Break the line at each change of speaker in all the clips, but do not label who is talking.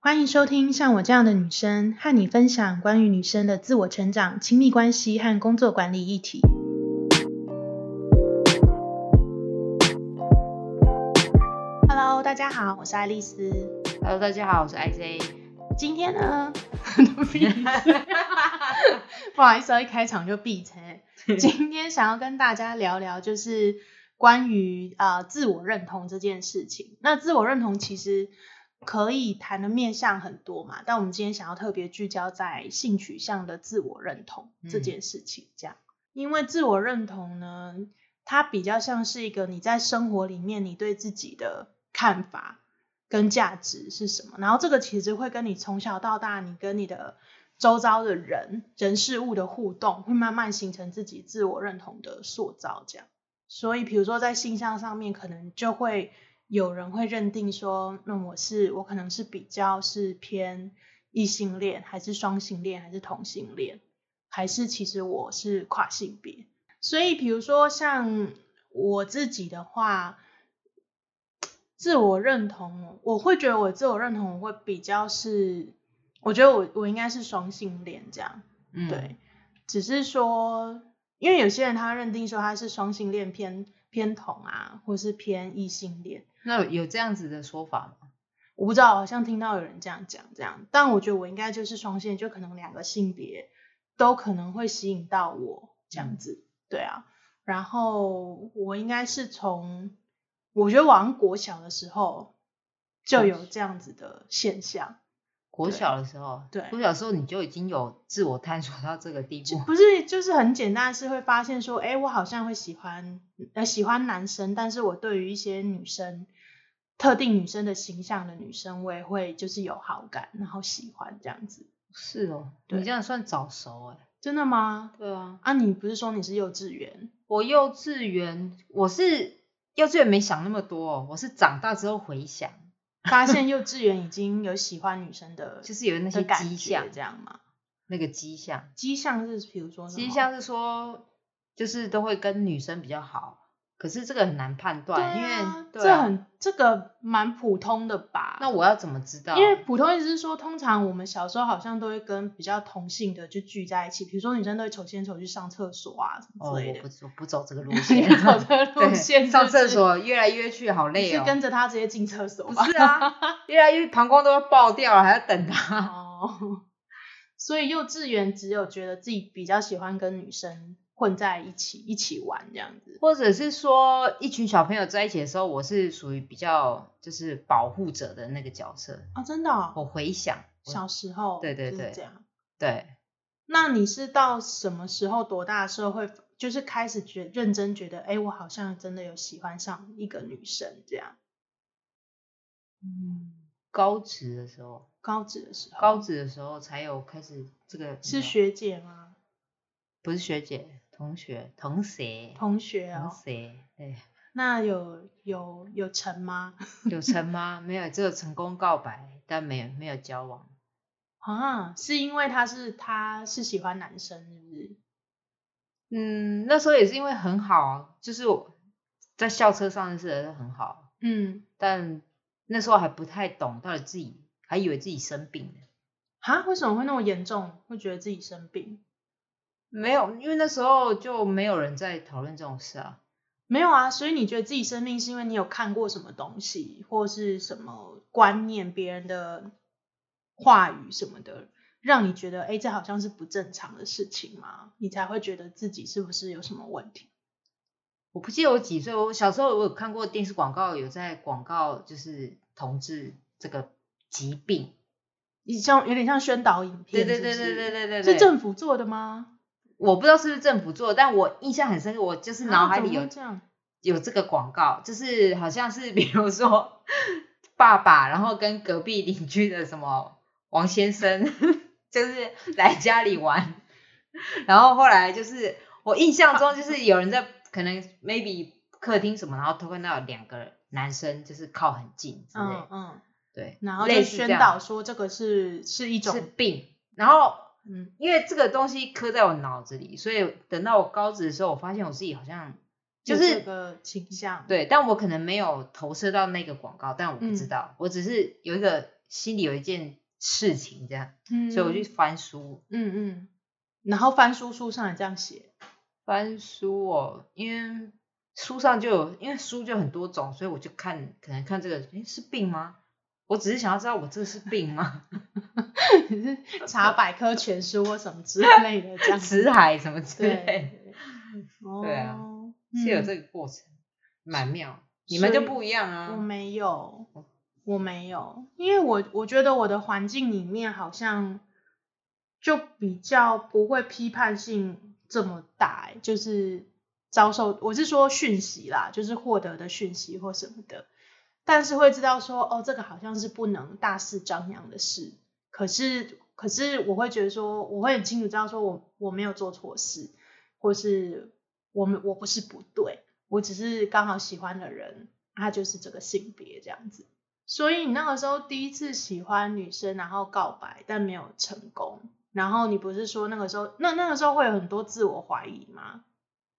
欢迎收听《像我这样的女生》，和你分享关于女生的自我成长、亲密关系和工作管理议题。Hello，大家好，我是爱丽丝。
Hello，大家好，我是 IJ。
今天呢， 闭嘴 不好意思哦，一开场就闭嘴。今天想要跟大家聊聊，就是关于呃自我认同这件事情。那自我认同其实可以谈的面向很多嘛，但我们今天想要特别聚焦在性取向的自我认同这件事情，这样，因为自我认同呢，它比较像是一个你在生活里面你对自己的看法跟价值是什么，然后这个其实会跟你从小到大你跟你的周遭的人、人事物的互动，会慢慢形成自己自我认同的塑造。这样，所以比如说在性向上面，可能就会有人会认定说，那我是我可能是比较是偏异性恋，还是双性恋，还是同性恋，还是其实我是跨性别。所以比如说像我自己的话，自我认同哦，我会觉得我自我认同我会比较是，我觉得我我应该是双性恋这样，
嗯，
对，只是说，因为有些人他认定说他是双性恋偏偏同啊，或是偏异性恋，
那有有这样子的说法吗？
我不知道，好像听到有人这样讲这样，但我觉得我应该就是双性恋，就可能两个性别都可能会吸引到我这样子，对啊，然后我应该是从，我觉得我好像国小的时候就
国
有这样子的现象。
国小的时候，
对
国小的时候你就已经有自我探索到这个地
就
步，
不是，就是很简单，是会发现说，哎、我好像会喜欢呃喜欢男生，但是我对于一些女生特定女生的形象的女生，我也会就是有好感，然后喜欢这样子。
是哦，
对
你这样算早熟哎、
真的吗？
对啊，
啊，你不是说你是幼稚园？
我幼稚园我是幼稚园没想那么多、哦，我是长大之后回想，
发现幼稚园已经有喜欢女生的，
就是有那些
的感
迹
觉
象
这样吗？
那个迹象，
迹象是比如说什么
迹象是说就是都会跟女生比较好，可是这个很难判
对
断，
啊、
因为对
这
啊
很这个蛮普通的吧？
那我要怎么知道？
因为普通意思是说，通常我们小时候好像都会跟比较同性的就聚在一起，比如说女生都会手牵手去上厕所啊什么
哦，我
之类的
不。走不走这个 路
你
线，
要走这个路
对
线，
上厕所约来约去，好
你
累
是
哦。
跟着他直接进厕所
不
吧？
是啊， 约来约膀胱都要爆掉了，还要等他。
哦， 所以幼稚园只有觉得自己比较喜欢跟女生混在一起一起玩这样子。
或者是说，一群小朋友在一起的时候，我是属于比较就是保护者的那个角色。
哦，真的哦、
我回想，我
小时候
对对
就是
对
这样。
对
那你是到什么时候多大的时候会就是开始觉认真觉得，哎，我好像真的有喜欢上一个女生这样？
高职的时候，
高职的时候，
高啊职的时候才有开始这个
是学姐吗？
不是学姐同学同学
同学
同
哦，
学对
那有有有成吗？
有成吗？ 没有，只有成功告白，但没有没有交往。
啊，是因为他是他是喜欢男生，是不是？
嗯，那时候也是因为很好，啊就是我在校车上认识的是很好，
嗯，
但那时候还不太懂，到底自己还以为自己生病了。
哈，为什么会那么严重？会觉得自己生病？
没有，因为那时候就没有人在讨论这种事啊。
没有啊，所以你觉得自己生病是因为你有看过什么东西，或是什么观念、别人的话语什么的，让你觉得哎，诶这好像是不正常的事情吗？你才会觉得自己是不是有什么问题？
我不记得我几岁，我小时候我有看过电视广告，有在广告就是同志这个疾病。
你像有点像宣导影
对
片，
对
是不
对
是
对对对对对，
是政府做的吗？
我不知道是不是政府做的，但我印象很深刻，我就是脑
啊
海
怎
里
么
有
会这样，
有这个广告，就是好像是比如说爸爸，然后跟隔壁邻居的什么王先生， 就是来家里玩，然后后来就是我印象中就是有人在可能 maybe 客厅什么，然后偷看到有两个男生就是靠很近之类的，
嗯嗯，
对，
然后就
类似
宣
这样
导说这个是是一
是
种
病，然后。
嗯
因为这个东西刻在我脑子里，所以等到我高职的时候，我发现我自己好像就
有
是
这个倾向，嗯
对，但我可能没有投射到那个广告，但我不知道，我只是有一个心里有一件事情这样，
嗯
所以我去翻书，
嗯嗯，然后翻书书上也这样写，
翻书哦，因为书上就有，因为书就很多种，所以我就看，可能看这个，诶，是病吗？我只是想要知道我这个是病吗？
你是查百科全书或什么之类的这样子。
辞海什么 之
对
类对啊
哦
的，是有
嗯
这个过程，蛮妙。你们就
所以
不一样
我
啊，
没有，我没有，因为我我觉得我的环境里面好像就比较不会批判性这么大、欸，就是遭受我是说讯息啦，就是获得的讯息或什么的，但是会知道说哦，这个好像是不能大肆张扬的事，可是可是我会觉得说，我会很清楚知道说我我没有做错事，或是我们我不是不对。我只是刚好喜欢的人，他就是这个性别这样子。所以你那个时候第一次喜欢女生，然后告白，但没有成功。然后你不是说那个时候，那那个时候会有很多自我怀疑吗？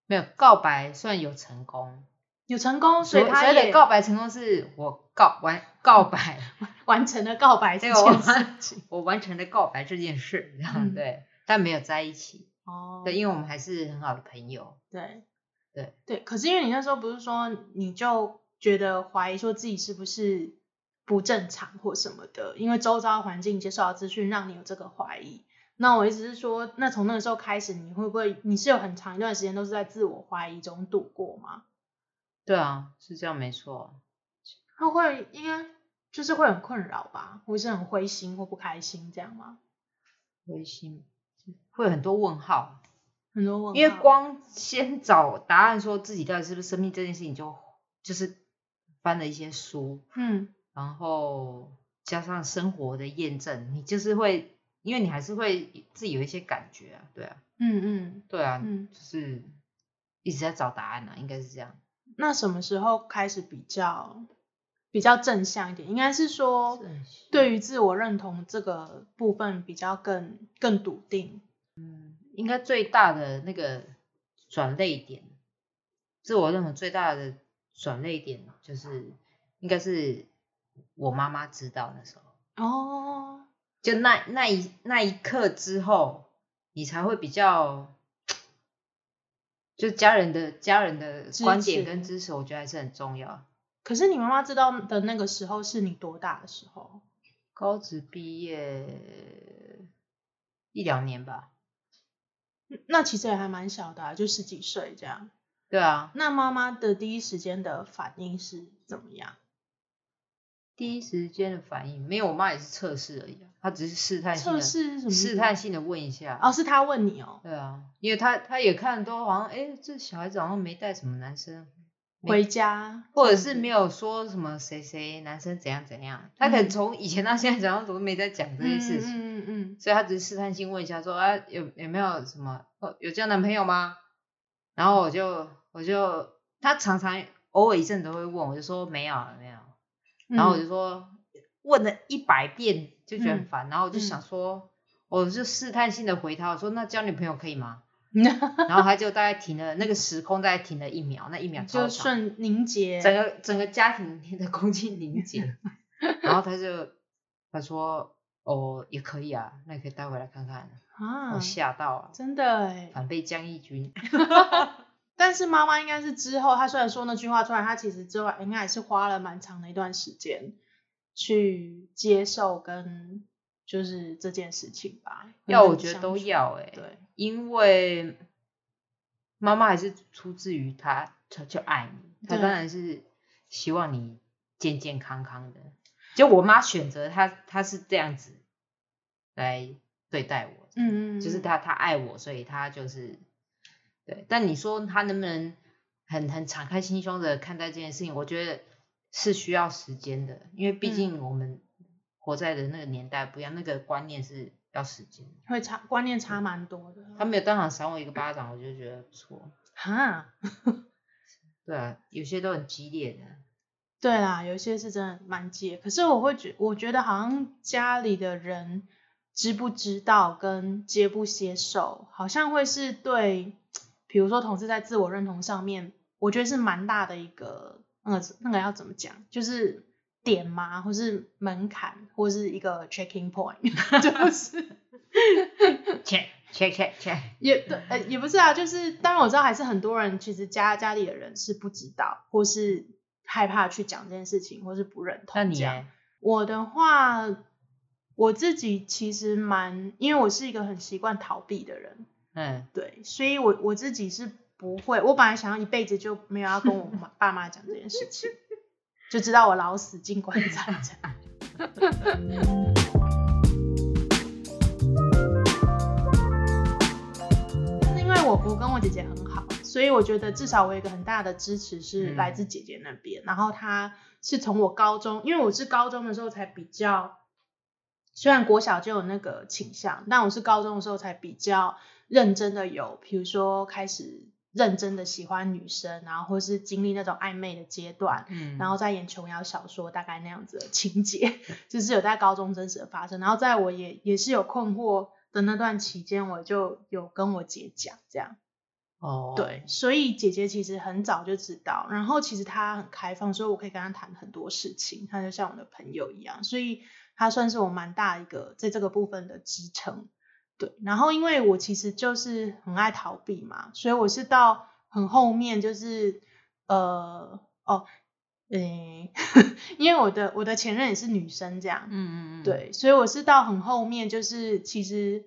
没有告白算有成功，
有成功，所
所以
以他
所以
也
的告白成功是我告完告 白，
完成了告白这
对
件
我
事情。
我完成了告白这件事，这样、
嗯
对，但没有在一起，
哦
对，因为我们还是很好的朋友，
对
对
对，可是因为你那时候不是说你就觉得怀疑说自己是不是不正常或什么的，因为周遭环境接受到资讯让你有这个怀疑。那我意思是说，那从那个时候开始，你会不会你是有很长一段时间都是在自我怀疑中度过吗？
对啊，是这样没错，
他会应该就是会很困扰吧，或是很灰心或不开心这样吗？
微信会有很多问号，
很多问号，
因为光先找答案，说自己到底是不是生病这件事情就，就是翻了一些书，
嗯
然后加上生活的验证，你就是会，因为你还是会自己有一些感觉啊，对啊，
嗯嗯
对啊，
嗯，
就是一直在找答案啊，应该是这样。
那什么时候开始比较比较正向一点？应该哦是说，对于自我认同这个部分比较更更笃定。
应该最大的那个转类点，自我认同最大的转类点就是，应该是我妈妈知道那时候。
哦，
就那那一那一刻之后，你才会比较，就家人的家人的
支
观点
持
跟支持，我觉得还是很重要。
可是你妈妈知道的那个时候是你多大的时候？
高职毕业一两年吧，
嗯那其实也还蛮小的、啊，就十几岁这样。
对啊，
那妈妈的第一时间的反应是怎么样？
第一时间的反应没有，我妈也是测试而已啊，她只是试探性
测
的
试是什么意思？
试探性的问一下。
哦，是她问你哦，
对啊，因为她她也看都好像，哎，这小孩子好像没带什么男生，没
回家
或者是没有说什么谁谁男生怎样怎样，他可能从以前到现在讲到怎么没在讲这件事情，
嗯嗯嗯
所以他只是试探性问一下说啊有有没有什么哦有交男朋友吗？然后我就我就他常常偶尔一阵都会问，我就说没有啊没有，
嗯，
然后我就说、问了一百遍就觉得很烦，然后我
嗯
就想说。我就试探性的回他，我说那交女朋友可以吗？
嗯
然后他就大概停了，那个时空大概停了一秒，那一秒超
就
长
顺凝结，
整个整个家庭的空气凝结， 然后他就他说哦也可以啊，那你可以带回来看看，
啊
我，吓到了，
真的哎，
反被江一军，
但是妈妈应该是之后，她虽然说那句话出来，她其实之后应该也是花了蛮长的一段时间去接受跟就是这件事情吧。
嗯要
跟
我
她
觉得
相
都
处
要哎、
对，
因为妈妈还是出自于她她就爱你，她
对
当然是希望你健健康康的，就我妈选择她她是这样子来对待我，
嗯嗯，
就是
嗯，
他他爱我，所以他就是对。但你说他能不能很很敞开心胸的看待这件事情，我觉得是需要时间的，因为毕
嗯
竟我们活在的那个年代不一样，那个观念是要时间的。
会差观念差蛮多的。
他没有当场赏我一个巴掌，我就觉得不错。
哈，
对啊，有些都很激烈的，
对啦，有一些是真的蛮接，可是我会觉，我觉得好像家里的人知不知道跟接不接受，好像会是对，比如说同志在自我认同上面，我觉得是蛮大的一个，那个那个要怎么讲，就是点吗？或是门槛，或是一个 checking point，就是
切切切切，
也对，呃，也不是啊，就是当然我知道还是很多人其实家家里的人是不知道，或是害怕去讲这件事情，或是不认
那
同
你
这样。
耶
我的话，我自己其实蛮，因为我是一个很习惯逃避的人，
嗯
对，所以我我自己是不会，我本来想要一辈子就没有要跟我妈爸妈讲这件事情，就知道我老死进棺材这样。 因为我我跟我姐姐很好，所以我觉得至少我有一个很大的支持是
嗯
来自姐姐那边，然后她是从我高中，因为我是高中的时候才比较，虽然国小就有那个倾向，但我是高中的时候才比较认真的有，比如说开始认真的喜欢女生，然后或是经历那种暧昧的阶段，
嗯，
然后再演琼瑶小说，大概那样子的情节，就是有在高中真实的发生。然后在我也也是有困惑的那段期间，我就有跟我姐讲这样。
哦，
对，所以姐姐其实很早就知道，然后其实她很开放，所以我可以跟她谈很多事情，她就像我的朋友一样，所以她算是我蛮大一个在这个部分的支撑。对，然后因为我其实就是很爱逃避嘛，所以我是到很后面就是呃哦，诶、 因为我的我的前任也是女生这样，
嗯嗯嗯，，
对，所以我是到很后面，就是其实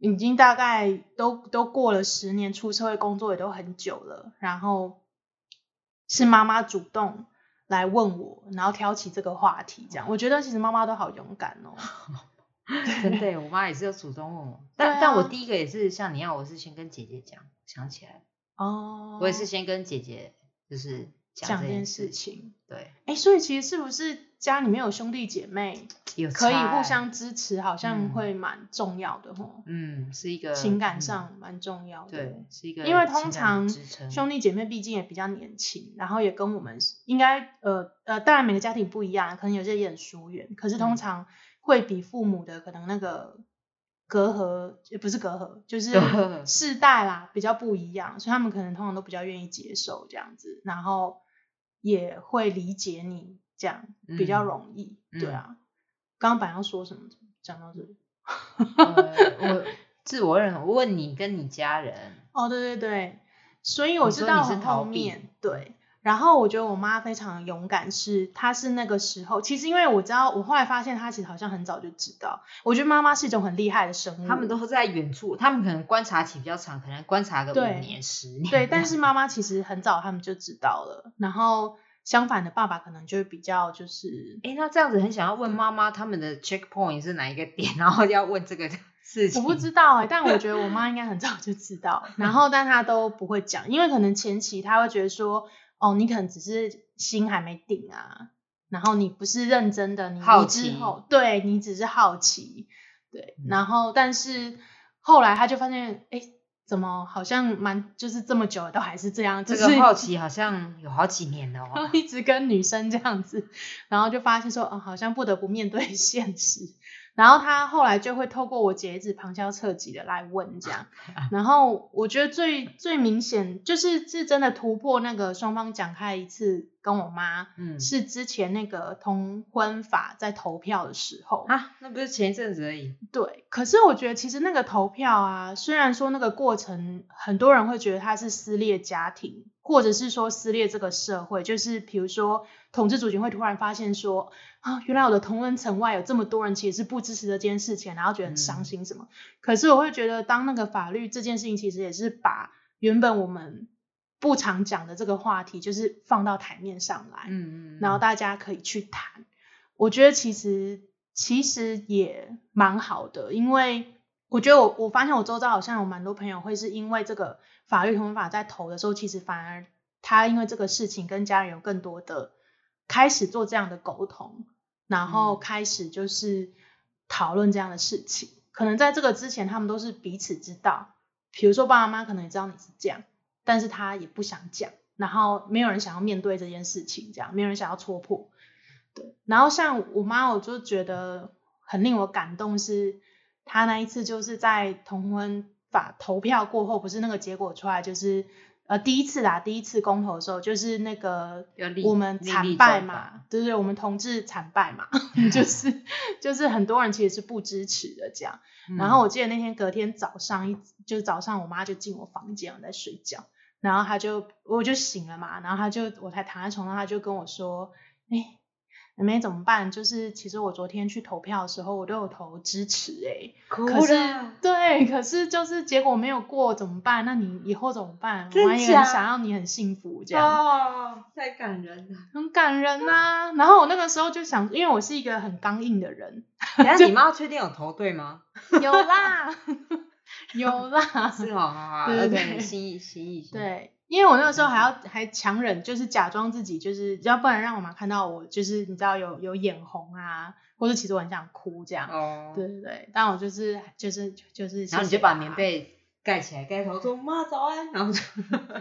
已经大概都都过了十年，出社会工作也都很久了，然后是妈妈主动来问我，然后挑起这个话题，这
嗯
样我觉得其实妈妈都好勇敢哦。
真的耶，我妈也是有主动问我，
对
但
啊
但我第一个也是像你一样，我是先跟姐姐讲，想起来了，
哦，
我也是先跟姐姐就是
讲
这
这件
事
事，情，
对，
哎，所以其实是不是家里面有兄弟姐妹
有
可以
差欸
互
耶，
相支持，好像
嗯
会蛮重要的哦，
嗯，是一个
情感
嗯
上蛮重要的。
对，是一个
因为
情
通
感的
常
支撑
兄弟姐妹毕竟也比较年轻，然后也跟我们应该呃呃，当然每个家庭不一样，可能有些也很疏远，可是通
嗯
常会比父母的可能那个隔阂，也不是隔阂，就是
隔阂
世代啦比较不一样，所以他们可能通常都比较愿意接受这样子，然后也会理解你这样比较
嗯
容易，
嗯
对啊。刚刚本来要说什么，讲到这里。
呃，我自我认同。我问你跟你家人，
哦，对对对，所以我
你
知
说
道
你是
很
逃
后
避
面对。然后我觉得我妈非常勇敢是，她是那个时候，其实因为我知道，我后来发现她其实好像很早就知道。我觉得妈妈是一种很厉害的生物，
他们都在远处，他们可能观察期比较长，可能观察个
对
五年、十年。
对，但是妈妈其实很早他们就知道了。然后相反的，爸爸可能就会比较就是，
哎，那这样子很想要
嗯
问妈妈他们的 checkpoint 是哪一个点，然后要问 这个事
我
情。
不知道哎、但我觉得我妈应该很早就知 道，然后但她都不会讲，因为可能前期她会觉得说，哦，你可能只是心还没定啊，然后你不是认真的，你
好
你之
奇
后对你只是好奇，对，
嗯
然后但是后来她就发现，哎，怎么好像蛮就是这么久了都还是这样，就
这
是
个好奇好像有好几年了
然
哦
后。一直跟女生这样子，然后就发现说，嗯，好像不得不面对 现实。然后他后来就会透过我姐一直旁敲侧击的来问这样，然后我觉得最最明显就是是真的突破那个双方讲开一次，跟我妈、
嗯
是之前那个同婚法在投票的时候，
啊，那不是前一阵子而已。
对，可是我觉得其实那个投票啊，虽然说那个过程很多人会觉得它是撕裂家庭，或者是说撕裂这个社会，就是比如说统治主群会突然发现说啊，原来我的同温层外有这么多人其实是不支持这件事情，然后觉得很伤
嗯
心什么。可是我会觉得，当那个法律这件事情其实也是把原本我们不常讲的这个话题，就是放到台面上来，
嗯嗯。嗯
然后大家可以去谈。我觉得其实其实也蛮好的，因为我觉得我我发现我周遭好像有蛮多朋友会是因为这个法律同法在投的时候，其实反而他因为这个事情跟家人有更多的开始做这样的沟通，然后
嗯
开始就是讨论这样的事情。可能在这个之前，他们都是彼此知道，比如说爸爸妈妈可能也知道你是这样，但是他也不想讲，然后没有人想要面对这件事情，这样没有人想要戳破。对，然后像我妈，我就觉得很令我感动是，她那一次就是在同婚法投票过后，不是那个结果出来，就是呃第一次啦，第一次公投的时候，就是那个
有利
我们
利
惨
弊
败
状
嘛
况，
对对，我们同志惨败 嘛，就是就是很多人其实是不支持的这样。
嗯
然后我记得那天隔天早上一，就是早上我妈就进我房间，我在睡觉，然后她就我就醒了嘛，然后她就我才躺在床上，她就跟我说，哎、妹妹怎么办？就是其实我昨天去投票的时候，我都有投支持哎、
哭
可是
了，
对，可是就是结果没有过怎么办？那你以后怎么办？
真
我也
假
很想要你很幸福这样。
哦，太感人了。
很感人呐、然后我那个时候就想，因为我是一个很刚硬的人，
等一下你妈确定有投对吗？
有啦， 有啦，
是哦，好好好
对对
，OK，
对
心意心意，心意，
对，因为我那个时候还要还强忍，就是假装自己就是，要不然让我妈看到我，就是你知道有有眼红啊，或者其实我很想哭这样。
哦，
对对对，但我就是就是就是，
然后你就把棉被盖起来，盖头说妈早安，然后就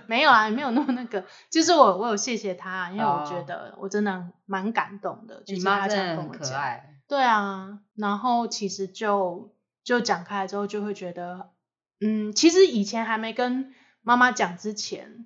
没有啊，没有那么那个，就是我我有谢谢他，因为我觉
哦
得我真的蛮感动的，就
你
是
妈
他这
真
样
的
跟
很
我
可
讲。
爱，
对啊，然后其实就就讲开了之后，就会觉得，嗯，其实以前还没跟妈妈讲之前，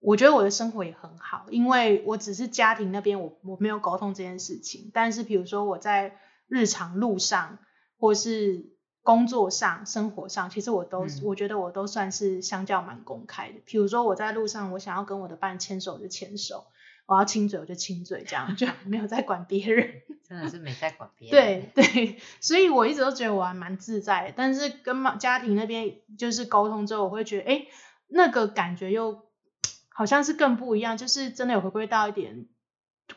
我觉得我的生活也很好，因为我只是家庭那边我我没有沟通这件事情，但是比如说我在日常路上或是工作上、生活上，其实我都、
嗯
我觉得我都算是相较蛮公开的。比如说我在路上，我想要跟我的伴牵手我就牵手，我要亲嘴我就亲嘴，这样就没有在管别人。
真的是没在管别
对
人。
对， 所以我一直都觉得我还蛮自在的，但是跟妈家庭那边就是沟通之后，我会觉得，哎，那个感觉又好像是更不一样，就是真的有回归到一点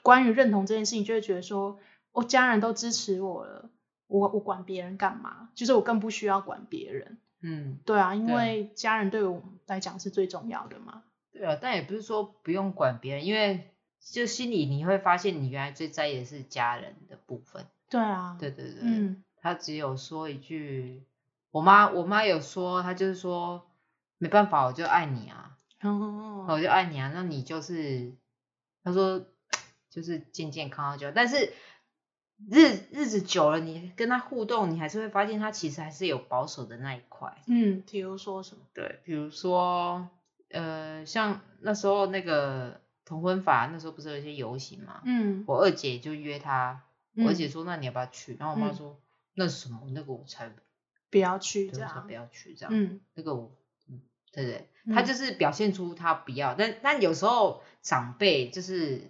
关于认同这件事情，就会觉得说，我、家人都支持我了，我我管别人干嘛？就是我更不需要管别人，
嗯，
对啊，因
对
为家人对我来讲是最重要的嘛，
对啊，但也不是说不用管别人，因为就心里你会发现，你原来最在意的是家人的部分。
对啊，
对对对，
嗯
他只有说一句，我妈我妈有说，她就是说没办法，我就爱你啊，
哦，
我就爱你啊，那你就是，她说就是健健康康就好，但是日日子久了，你跟他互动，你还是会发现他其实还是有保守的那一块。
嗯，比如说什么？
对，比如说呃，像那时候那个同婚法，那时候不是有一些游行嘛，
嗯，
我二姐就约她，我二
嗯
姐说那你要不要去？然后我妈
嗯
说。那什么，那个我才
不要去这
对，我说
样
不，要去这样，
嗯
那个我，嗯，对对，他
嗯
就是表现出他不要，但但有时候长辈就是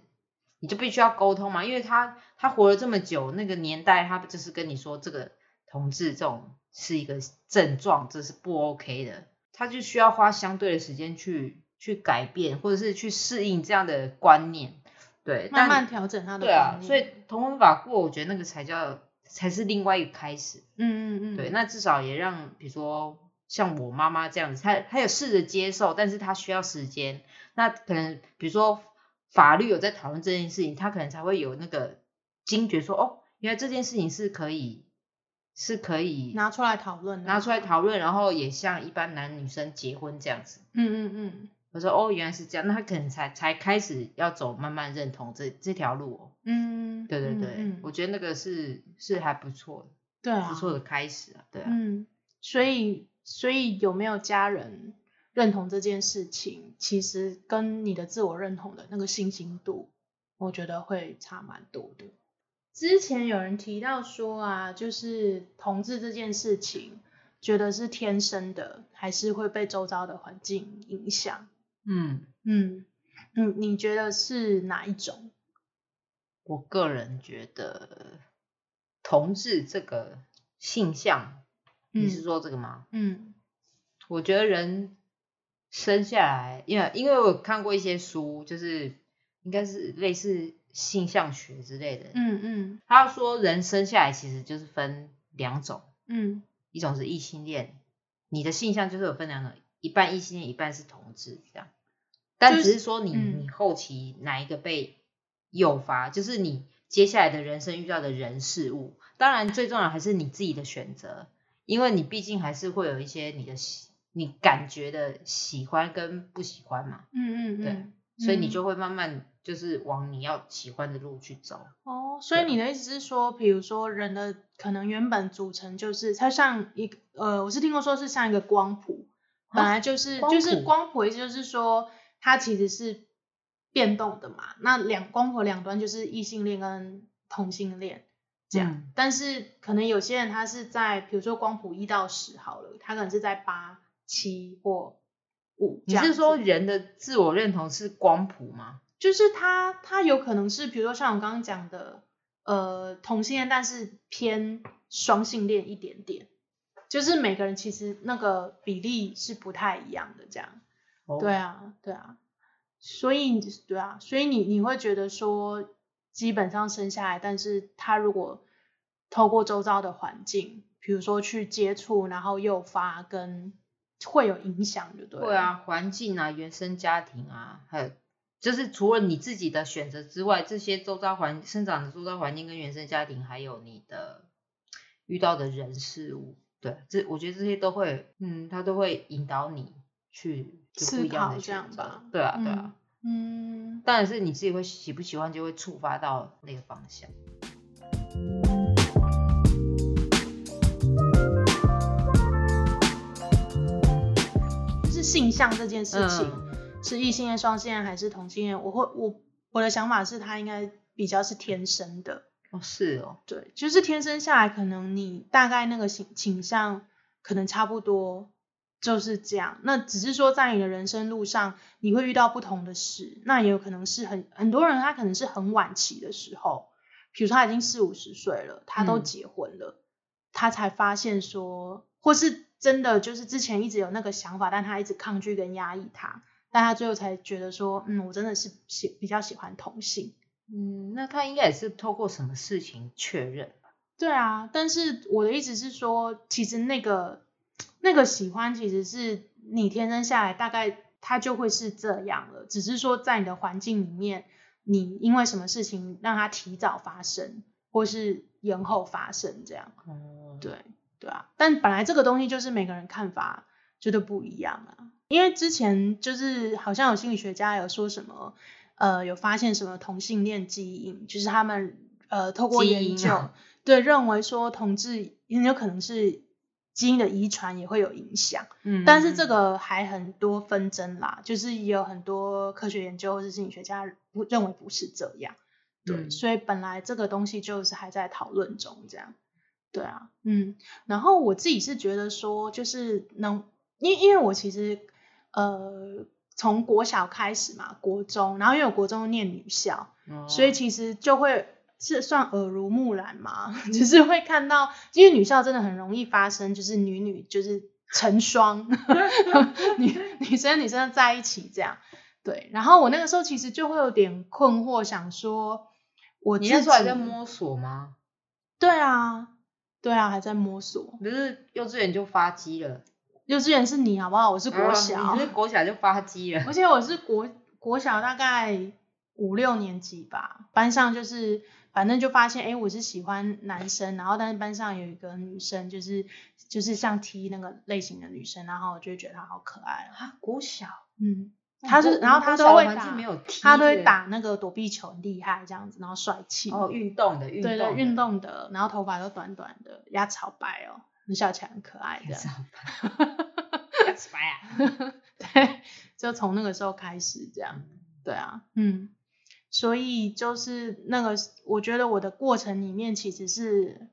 你就必须要沟通嘛，因为他他活了这么久，那个年代他就是跟你说这个同志这种是一个症状，这是不 OK 的，他就需要花相对的时间去去改变，或者是去适应这样的观念，对，
慢
但
慢调整他的
对
观，
啊
念
所以同婚法过，我觉得那个才叫才是另外一个开始。
嗯嗯嗯，
对，那至少也让，比如说像我妈妈这样子，她她有试着接受，但是她需要时间。那可能比如说法律有在讨论这件事情，她可能才会有那个惊觉说，哦，原来这件事情是可以是可以
拿出来讨论的啊嘛，
拿出来讨论，然后也像一般男女生结婚这样子。
嗯嗯嗯
我说哦，原来是这样，那她可能才才开始要走慢慢认同这这条路哦。
嗯，
对对
嗯
对，
嗯
我觉得那个是是还不错，
对啊，
不错的开始啊，对啊，
嗯，所以所以有没有家人认同这件事情，其实跟你的自我认同的那个信心度，我觉得会差蛮多的。之前有人提到说啊，就是同志这件事情，觉得是天生的，还是会被周遭的环境影响？
嗯。
嗯嗯，你觉得是哪一种？
我个人觉得，同志这个性向，你
嗯
是说这个吗？
嗯
我觉得人生下来，因为因为我有看过一些书，就是应该是类似性向学之类的。，
嗯嗯
他说人生下来其实就是分两种，
嗯
一种是异性恋，你的性向就是有分两种，一半异性恋，一半是同志这样。但
就
只
是
是说你、
嗯
你后期哪一个被诱发，就是你接下来的人生遇到的人事物，当然最重要还是你自己的选择，因为你毕竟还是会有一些你的喜，你感觉的喜欢跟不喜欢嘛，
嗯嗯，
对
嗯
所以你
嗯
就会慢慢就是往你要喜欢的路去走。
哦，所以
对啊
你的意思是说，比如说人的可能原本组成就是它像一个呃，我是听过说是像一个光谱，本来就是
啊光
就是
谱
光谱，意思就是说它其实是变动的嘛。那两光谱两端就是异性恋跟同性恋这样，
嗯
但是可能有些人他是在比如说光谱一到十好了，他可能是在八七或五。
你是说人的自我认同是光谱吗？
就是他他有可能是比如说像我刚刚讲的，呃，同性恋，但是偏双性恋一点点，就是每个人其实那个比例是不太一样的这样。
哦
对啊，对啊，所以你对啊，所以你你会觉得说，基本上生下来，但是他如果透过周遭的环境，比如说去接触，然后诱发跟会有影响，就对了。
对啊，环境啊，原生家庭啊，还有就是除了你自己的选择之外，这些周遭环生长的周遭环境跟原生家庭，还有你的遇到的人事物，对，这我觉得这些都会，嗯，它都会引导你去就
思
不一样
考
的
这样
选择
吧
对啊，对啊，
嗯。
当然是你自己会喜不喜欢，就会触发到那个方向。
就是性向这件事情，
嗯，
是异性恋、双性恋还是同性恋，我会我我的想法是，它应该比较是天生的，
哦，是哦，
对，就是天生下来，可能你大概那个倾倾向可能差不多就是这样。那只是说在你的人生路上，你会遇到不同的事，那也有可能是很很多人他可能是很晚期的时候，比如说他已经四五十岁了，他都
嗯
结婚了，他才发现说，或是真的就是之前一直有那个想法，但他一直抗拒跟压抑他，但他最后才觉得说，嗯，我真的是喜比较喜欢同性。
嗯，那他应该也是透过什么事情确认？
对啊，但是我的意思是说，其实那个那个喜欢其实是你天生下来大概它就会是这样了，只是说在你的环境里面，你因为什么事情让它提早发生，或是延后发生这样。
哦，
对对啊，但本来这个东西就是每个人看法觉得不一样啊，因为之前就是好像有心理学家有说什么，呃，有发现什么同性恋基因，就是他们呃透过
基
研
因
究，
啊
对认为说同志很有可能是基因的遗传也会有影响。
嗯
但是这个还很多纷争啦，就是也有很多科学研究或是心理学家不认为不是这样，对，
嗯
所以本来这个东西就是还在讨论中，这样，对啊，嗯，然后我自己是觉得说，就是能，因因为我其实呃从国小开始嘛，国中，然后因为我国中念女校，
哦
所以其实就会是算耳濡目染嘛， 就是会看到，因为女校真的很容易发生，就是女女就是成双， 女女生女生在一起这样。对，然后我那个时候其实就会有点困惑，想说我
你
自
那时候还
己
在摸索吗？
对啊，对啊，还在摸索。
不是幼稚园就发鸡了，
幼稚园是你好不好？我是国小，
啊你是国小就发鸡了。
而且我是国国小大概五六年级吧，班上就是反正就发现，哎、我是喜欢男生，然后但是班上有一个女生，就是就是像 T 那个类型的女生，然后我就会觉得她好可爱哦，
啊，国小，
嗯，她就是，然后她
国
都
小
会
环
打
境没，有踢，
她都会打那个躲避球，很厉害这样子，然后帅气，
哦，运动的运动
对
的
对，运动的，然后头发都短短的，牙超白哦，笑起来很可爱
天
的。
上班什么呀？
对， 就从那个时候开始这样，对啊，嗯，所以就是那个，我觉得我的过程里面其实是，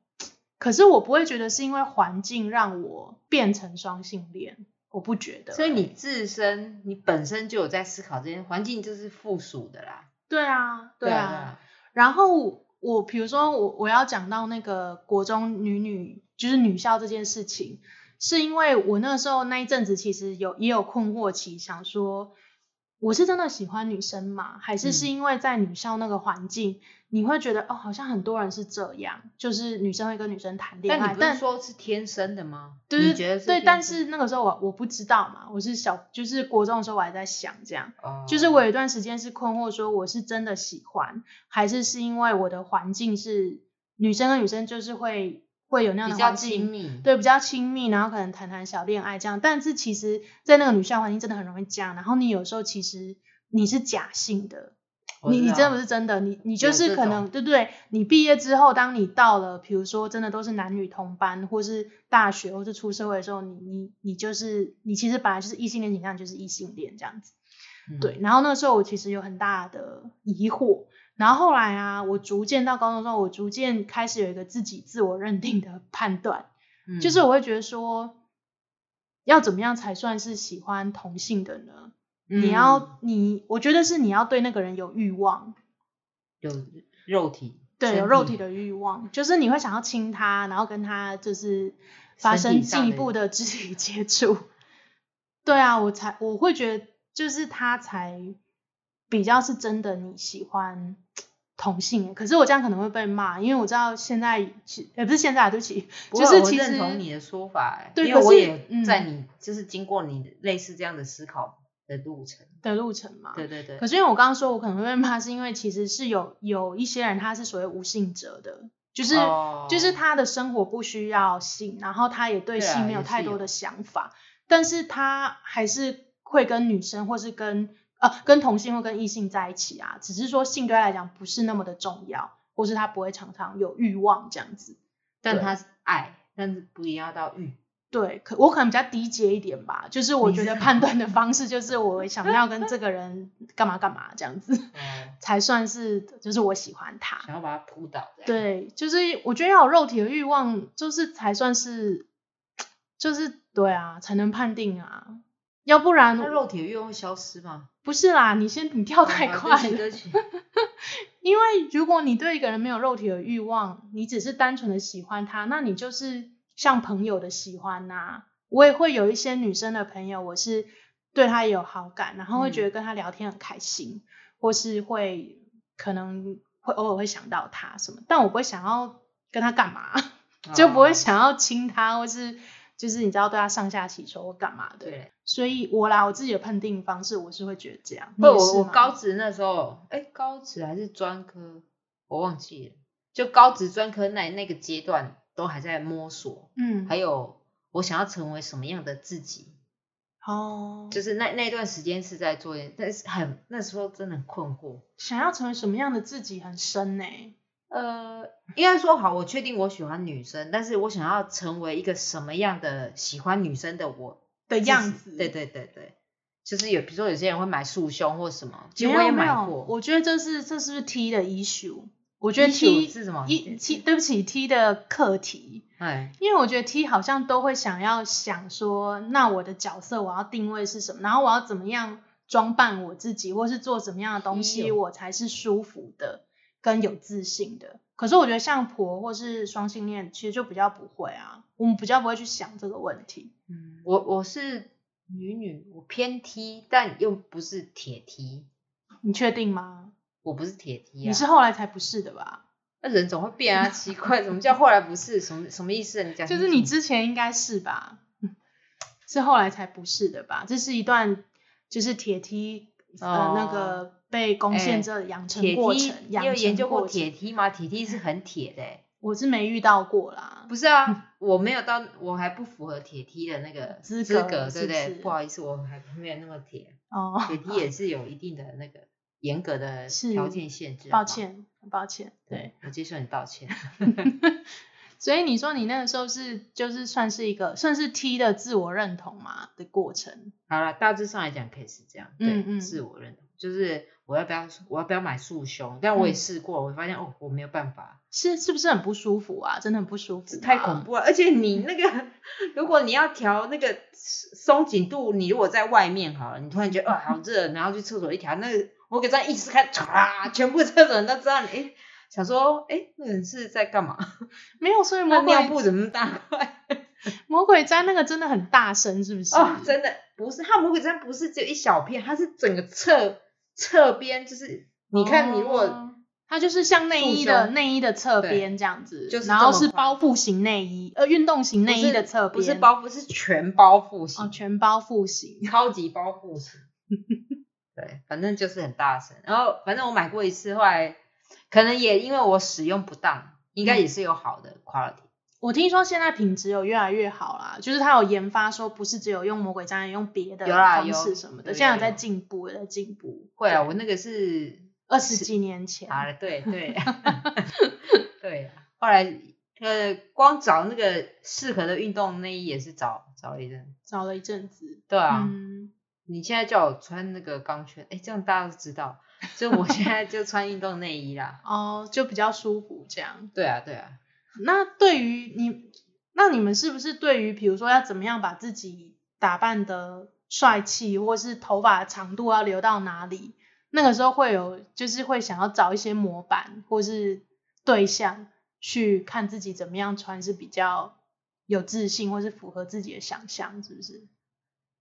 可是我不会觉得是因为环境让我变成双性恋，我不觉得欸、
所以你自身你本身就有在思考这些环境，就是附属的啦。
对啊，对
啊，
啊，然后我比如说我我要讲到那个国中女女就是女校这件事情，是因为我那时候那一阵子其实有也有困惑期，想说我是真的喜欢女生吗？还是
嗯
是因为在女校那个环境，你会觉得哦，好像很多人是这样，就是女生会跟女生谈恋
但
爱
啊你，不
但
是说是天生的吗？
对
你
对
觉得是
对，
天
但
生
是那个时候我我不知道嘛，我是小就是国中的时候我还在想这样。
哦
就是我有一段时间是困惑，说我是真的喜欢，还是是因为我的环境是女生跟女生就是会会有那样
比
的
较
环
亲
境，
密，
对，比较亲密，然后可能谈谈小恋爱这样。但是其实，在那个女校环境真的很容易这样，然后你有时候其实你是假性的，
我
你
知
你
道
这不是真的，你你就
有
是
这
可能对不对？你毕业之后，当你到了，比如说真的都是男女同班，或是大学，或是出社会的时候，你你你就是你其实本来就是异性恋倾向，就是异性恋这样子。
嗯
对，然后那时候我其实有很大的疑惑，然后后来啊，我逐渐到高中之后，我逐渐开始有一个自己自我认定的判断，
嗯
就是我会觉得说，要怎么样才算是喜欢同性的呢？你
嗯
要你，我觉得是你要对那个人有欲望，
有肉体，
对，
身
有肉体的欲望，就是你会想要亲他，然后跟他就是发
身
生
体上
进一步的肢体接触。对啊，我才我会觉得，就是他才比较是真的你喜欢同性欸。可是我这样可能会被骂，因为我知道现在其也不是现在啊，对不起，
不
就
过
是
我
其
认
实
同你的说法欸，
对
因
可
为我
是
也
嗯
在你就是经过你类似这样的思考的路程，
的路程嘛。
对对对，
可是因为我刚刚说我可能会被骂，是因为其实是有有一些人他是所谓无性者的，就是、
哦
就是他的生活不需要性，然后他也对
对啊
性没有
也是
太多
有
的想法，但是他还是会跟女生或是跟呃跟同性或跟异性在一起啊，只是说性对他来讲不是那么的重要，或是他不会常常有欲望这样子。
但
对
他是爱，但是不一定要到欲，
对，可我可能比较低阶一点吧，就是我
你
觉
是
得判断的方式就是我想要跟这个人干嘛干嘛这样子。
哦，
才算是就是我喜欢他。
想要把它扑倒这样，
对，就是我觉得要有肉体的欲望，就是才算是，就是对啊，才能判定啊，要不然
那肉体的欲望会消失吗？
不是啦，你先你跳太
哦
快了，
对不起对不起
因为如果你对一个人没有肉体的欲望，你只是单纯的喜欢他，那你就是像朋友的喜欢呐、我也会有一些女生的朋友，我是对她也有好感，然后会觉
嗯
得跟她聊天很开心，或是会可能会偶尔会想到她什么，但我不会想要跟她干嘛，就不会
哦
想要亲她，或是就是你知道对她上下其手或干嘛的。
对。
所以我啦，我自己的判定方式，我是会觉得这样。
不，
你也是
我我
吗
高职那时候，哎，高职还是专科，我忘记了。就高职专科那那个阶段，都还在摸索，
嗯
还有我想要成为什么样的自己，
哦，
就是那那段时间是在做，但是很那时候真的很困惑。
想要成为什么样的自己很深呢、
呃，应该说好，我确定我喜欢女生，但是我想要成为一个什么样的喜欢女生的我
的
自
样
己
子。
对对对对，就是有，比如说有些人会买束胸或什么，其
没
实
有，
我也
没
买
有
过。
我觉得这是这是不是 T 的 issue？我觉得
issue
T
是什么
一 T 对不起 T 的课题，
哎，
因为我觉得 T 好像都会想要想说，那我的角色我要定位是什么，然后我要怎么样装扮我自己，或是做什么样的东
T
西，
哦
我才是舒服的跟有自信的。可是我觉得像婆或是双性恋，其实就比较不会啊，我们比较不会去想这个问题。
嗯，我我是女女，我偏 T，但又不是铁 T，
你确定吗？
我不是铁 T 啊。
你是后来才不是的吧？
那人总会变啊，奇怪，什么叫后来不是？什么什么意思？啊你讲
就是
清
你
楚
之前应该是吧，是后来才不是的吧？这是一段就是铁梯呃
哦哎
那个被攻陷这养成
铁
过程
T，，你
养
有研究
成
过
过程
铁 T 吗？铁 T 是很铁的、欸，
我是没遇到过啦。
不是啊，我没有到，我还不符合铁 T 的那个
资
格，
格是
对不啊
不
对？
是
不好意思，我还没有那么铁，
哦，
铁 T 也是有一定的那个严格的
是
条件限制。
抱
好不好，
歉，抱歉，对。
我接受你道歉。
所以你说你那个时候是就是算是一个算是 T 的自我认同嘛的过程，
好了，大致上来讲可以是这样，对，
嗯嗯
自我认同，就是我要不要我要不要买束胸？但我也
嗯
试过，我发现哦，我没有办法，
是是不是很不舒服啊？真的很不舒服、
这太恐。怖了。而且你那个， 如果你要调那个松紧度，你如果在外面好了，你突然 觉得哦好热，然后去厕所一调，那个我给这样一撕开，唰，全部厕所人都知道你，哎，想说哎，那个人是在干 嘛？
没有，所以魔
那尿
鬼
布怎么那么大块？
魔鬼在那个真的很大声，是不是？
哦，真的不是，它魔鬼针不是只有一小片，它是整个侧侧边，就是你看你如果、
哦它就是像内衣的
束胸
内衣的侧边这样子，
就是这
然
么
后是
宽
包覆型内衣，呃，运动型
不
内衣
是
的侧边，
不是包覆，是全包覆型，
哦，全包覆型，
超级包覆型。对，反正就是很大声。然后反正我买过一次，后来可能也因为我使用不当，应该也是有好
嗯
的 quality。
我听说现在品质有越来越好啦，就是它有研发说不是只有用魔鬼粘，用别的
有啦
方式
有
什么
有
的，现在有
有
在
有
进步，有在进步。
会啊，
对
我那个是
二十几年前，
啊，对 对对啊，后来呃，光找那个适合的运动内衣也是找找了一阵，
找了一阵子。
对啊，
嗯，。
你现在叫我穿那个钢圈，哎，这样大家都知道，就我现在就穿运动内衣啦
哦，就比较舒服这样。
对啊，对啊，
那对于你，那你们是不是对于比如说要怎么样把自己打扮的帅气，或是头发长度要留到哪里，那个时候会有就是会想要找一些模板或是对象去看自己怎么样穿是比较有自信，或是符合自己的想象，是不是？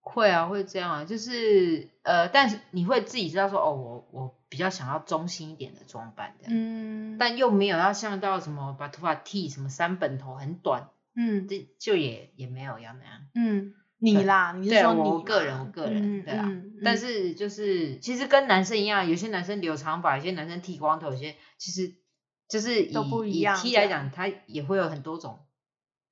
会啊，会这样啊，就是呃，但是你会自己知道说，哦，我我比较想要中性一点的装扮这样，
嗯，
但又没有要像到什么把头发剃什么三本头很短，
嗯
这就也也没有要那样。
嗯，你啦，你是
对
说你
我个
啦
人我个人
嗯
对啊
嗯
但
嗯
是就是其实跟男生一样，有些男生留长发，有些男生剃光头，有些其实就是以
都不一
以
样
剃
这
来
样
讲，他也会有很多种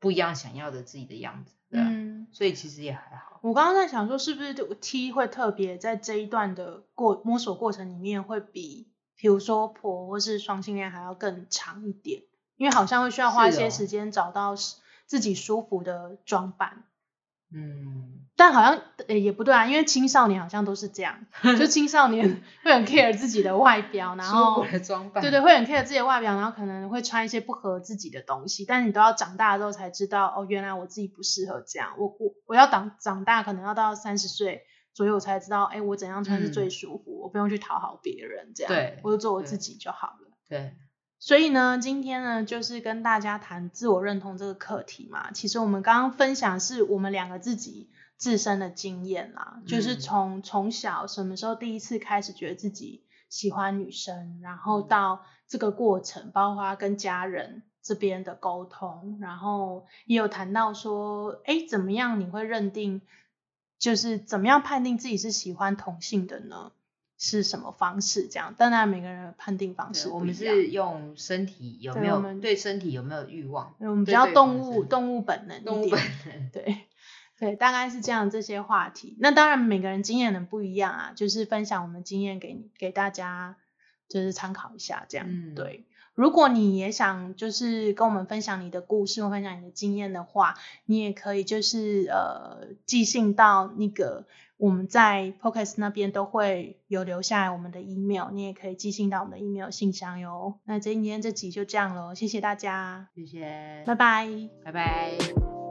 不一样想要的自己的样子，对、啊
嗯。
所以其实也还好。
我刚刚在想说，是不是 T 会特别在这一段的过摸索过程里面，会比比如说婆或是双性恋还要更长一点，因为好像会需要花一
是
些
哦
时间找到是自己舒服的装扮。
嗯，
但好像、呃也不对啊，因为青少年好像都是这 样，就青少年会很 care 自己的外表，然
舒
后
服的装扮，
对对，会很 care 自己的外表，然后可能会穿一些不合自己的东西，但你都要长大之后才知道，哦，原来我自己不适合这样，我我我要长长大，可能要到三十岁左右我才知道，哎，我怎样穿是最
嗯
舒服，我不用去讨好别人，这样，
对
我就做我
对
自己就好了。
对
所以呢，今天呢，就是跟大家谈自我认同这个课题嘛。其实我们刚刚分享是我们两个自己自身的经验啦，就是
嗯
从从小什么时候第一次开始觉得自己喜欢女生，然后
嗯
到这个过程，包括跟家人这边的沟通，然后也有谈到说，哎，怎么样你会认定，就是怎么样判定自己是喜欢同性的呢？是什么方式？这样，当然每个人的判定方式
对，
不
我们
一样
是用身体有
对
没
我
有
们
对身体有没有欲望，
我们比
对
较
对
动
方
物
式
动物本能一
动物本
点
能，
对对，大概是这样这些话题。那当然每个人经验的不一样啊，就是分享我们经验给你给大家，就是参考一下这样。
嗯
对，如果你也想就是跟我们分享你的故事或分享你的经验的话，你也可以就是呃寄信到那个。我们在 p o c k e t 那边都会有留下来我们的 email，你也可以寄信到我们的 email 信箱哟。那今天这集就这样喽，谢谢大家，
谢谢，
拜拜。
拜拜。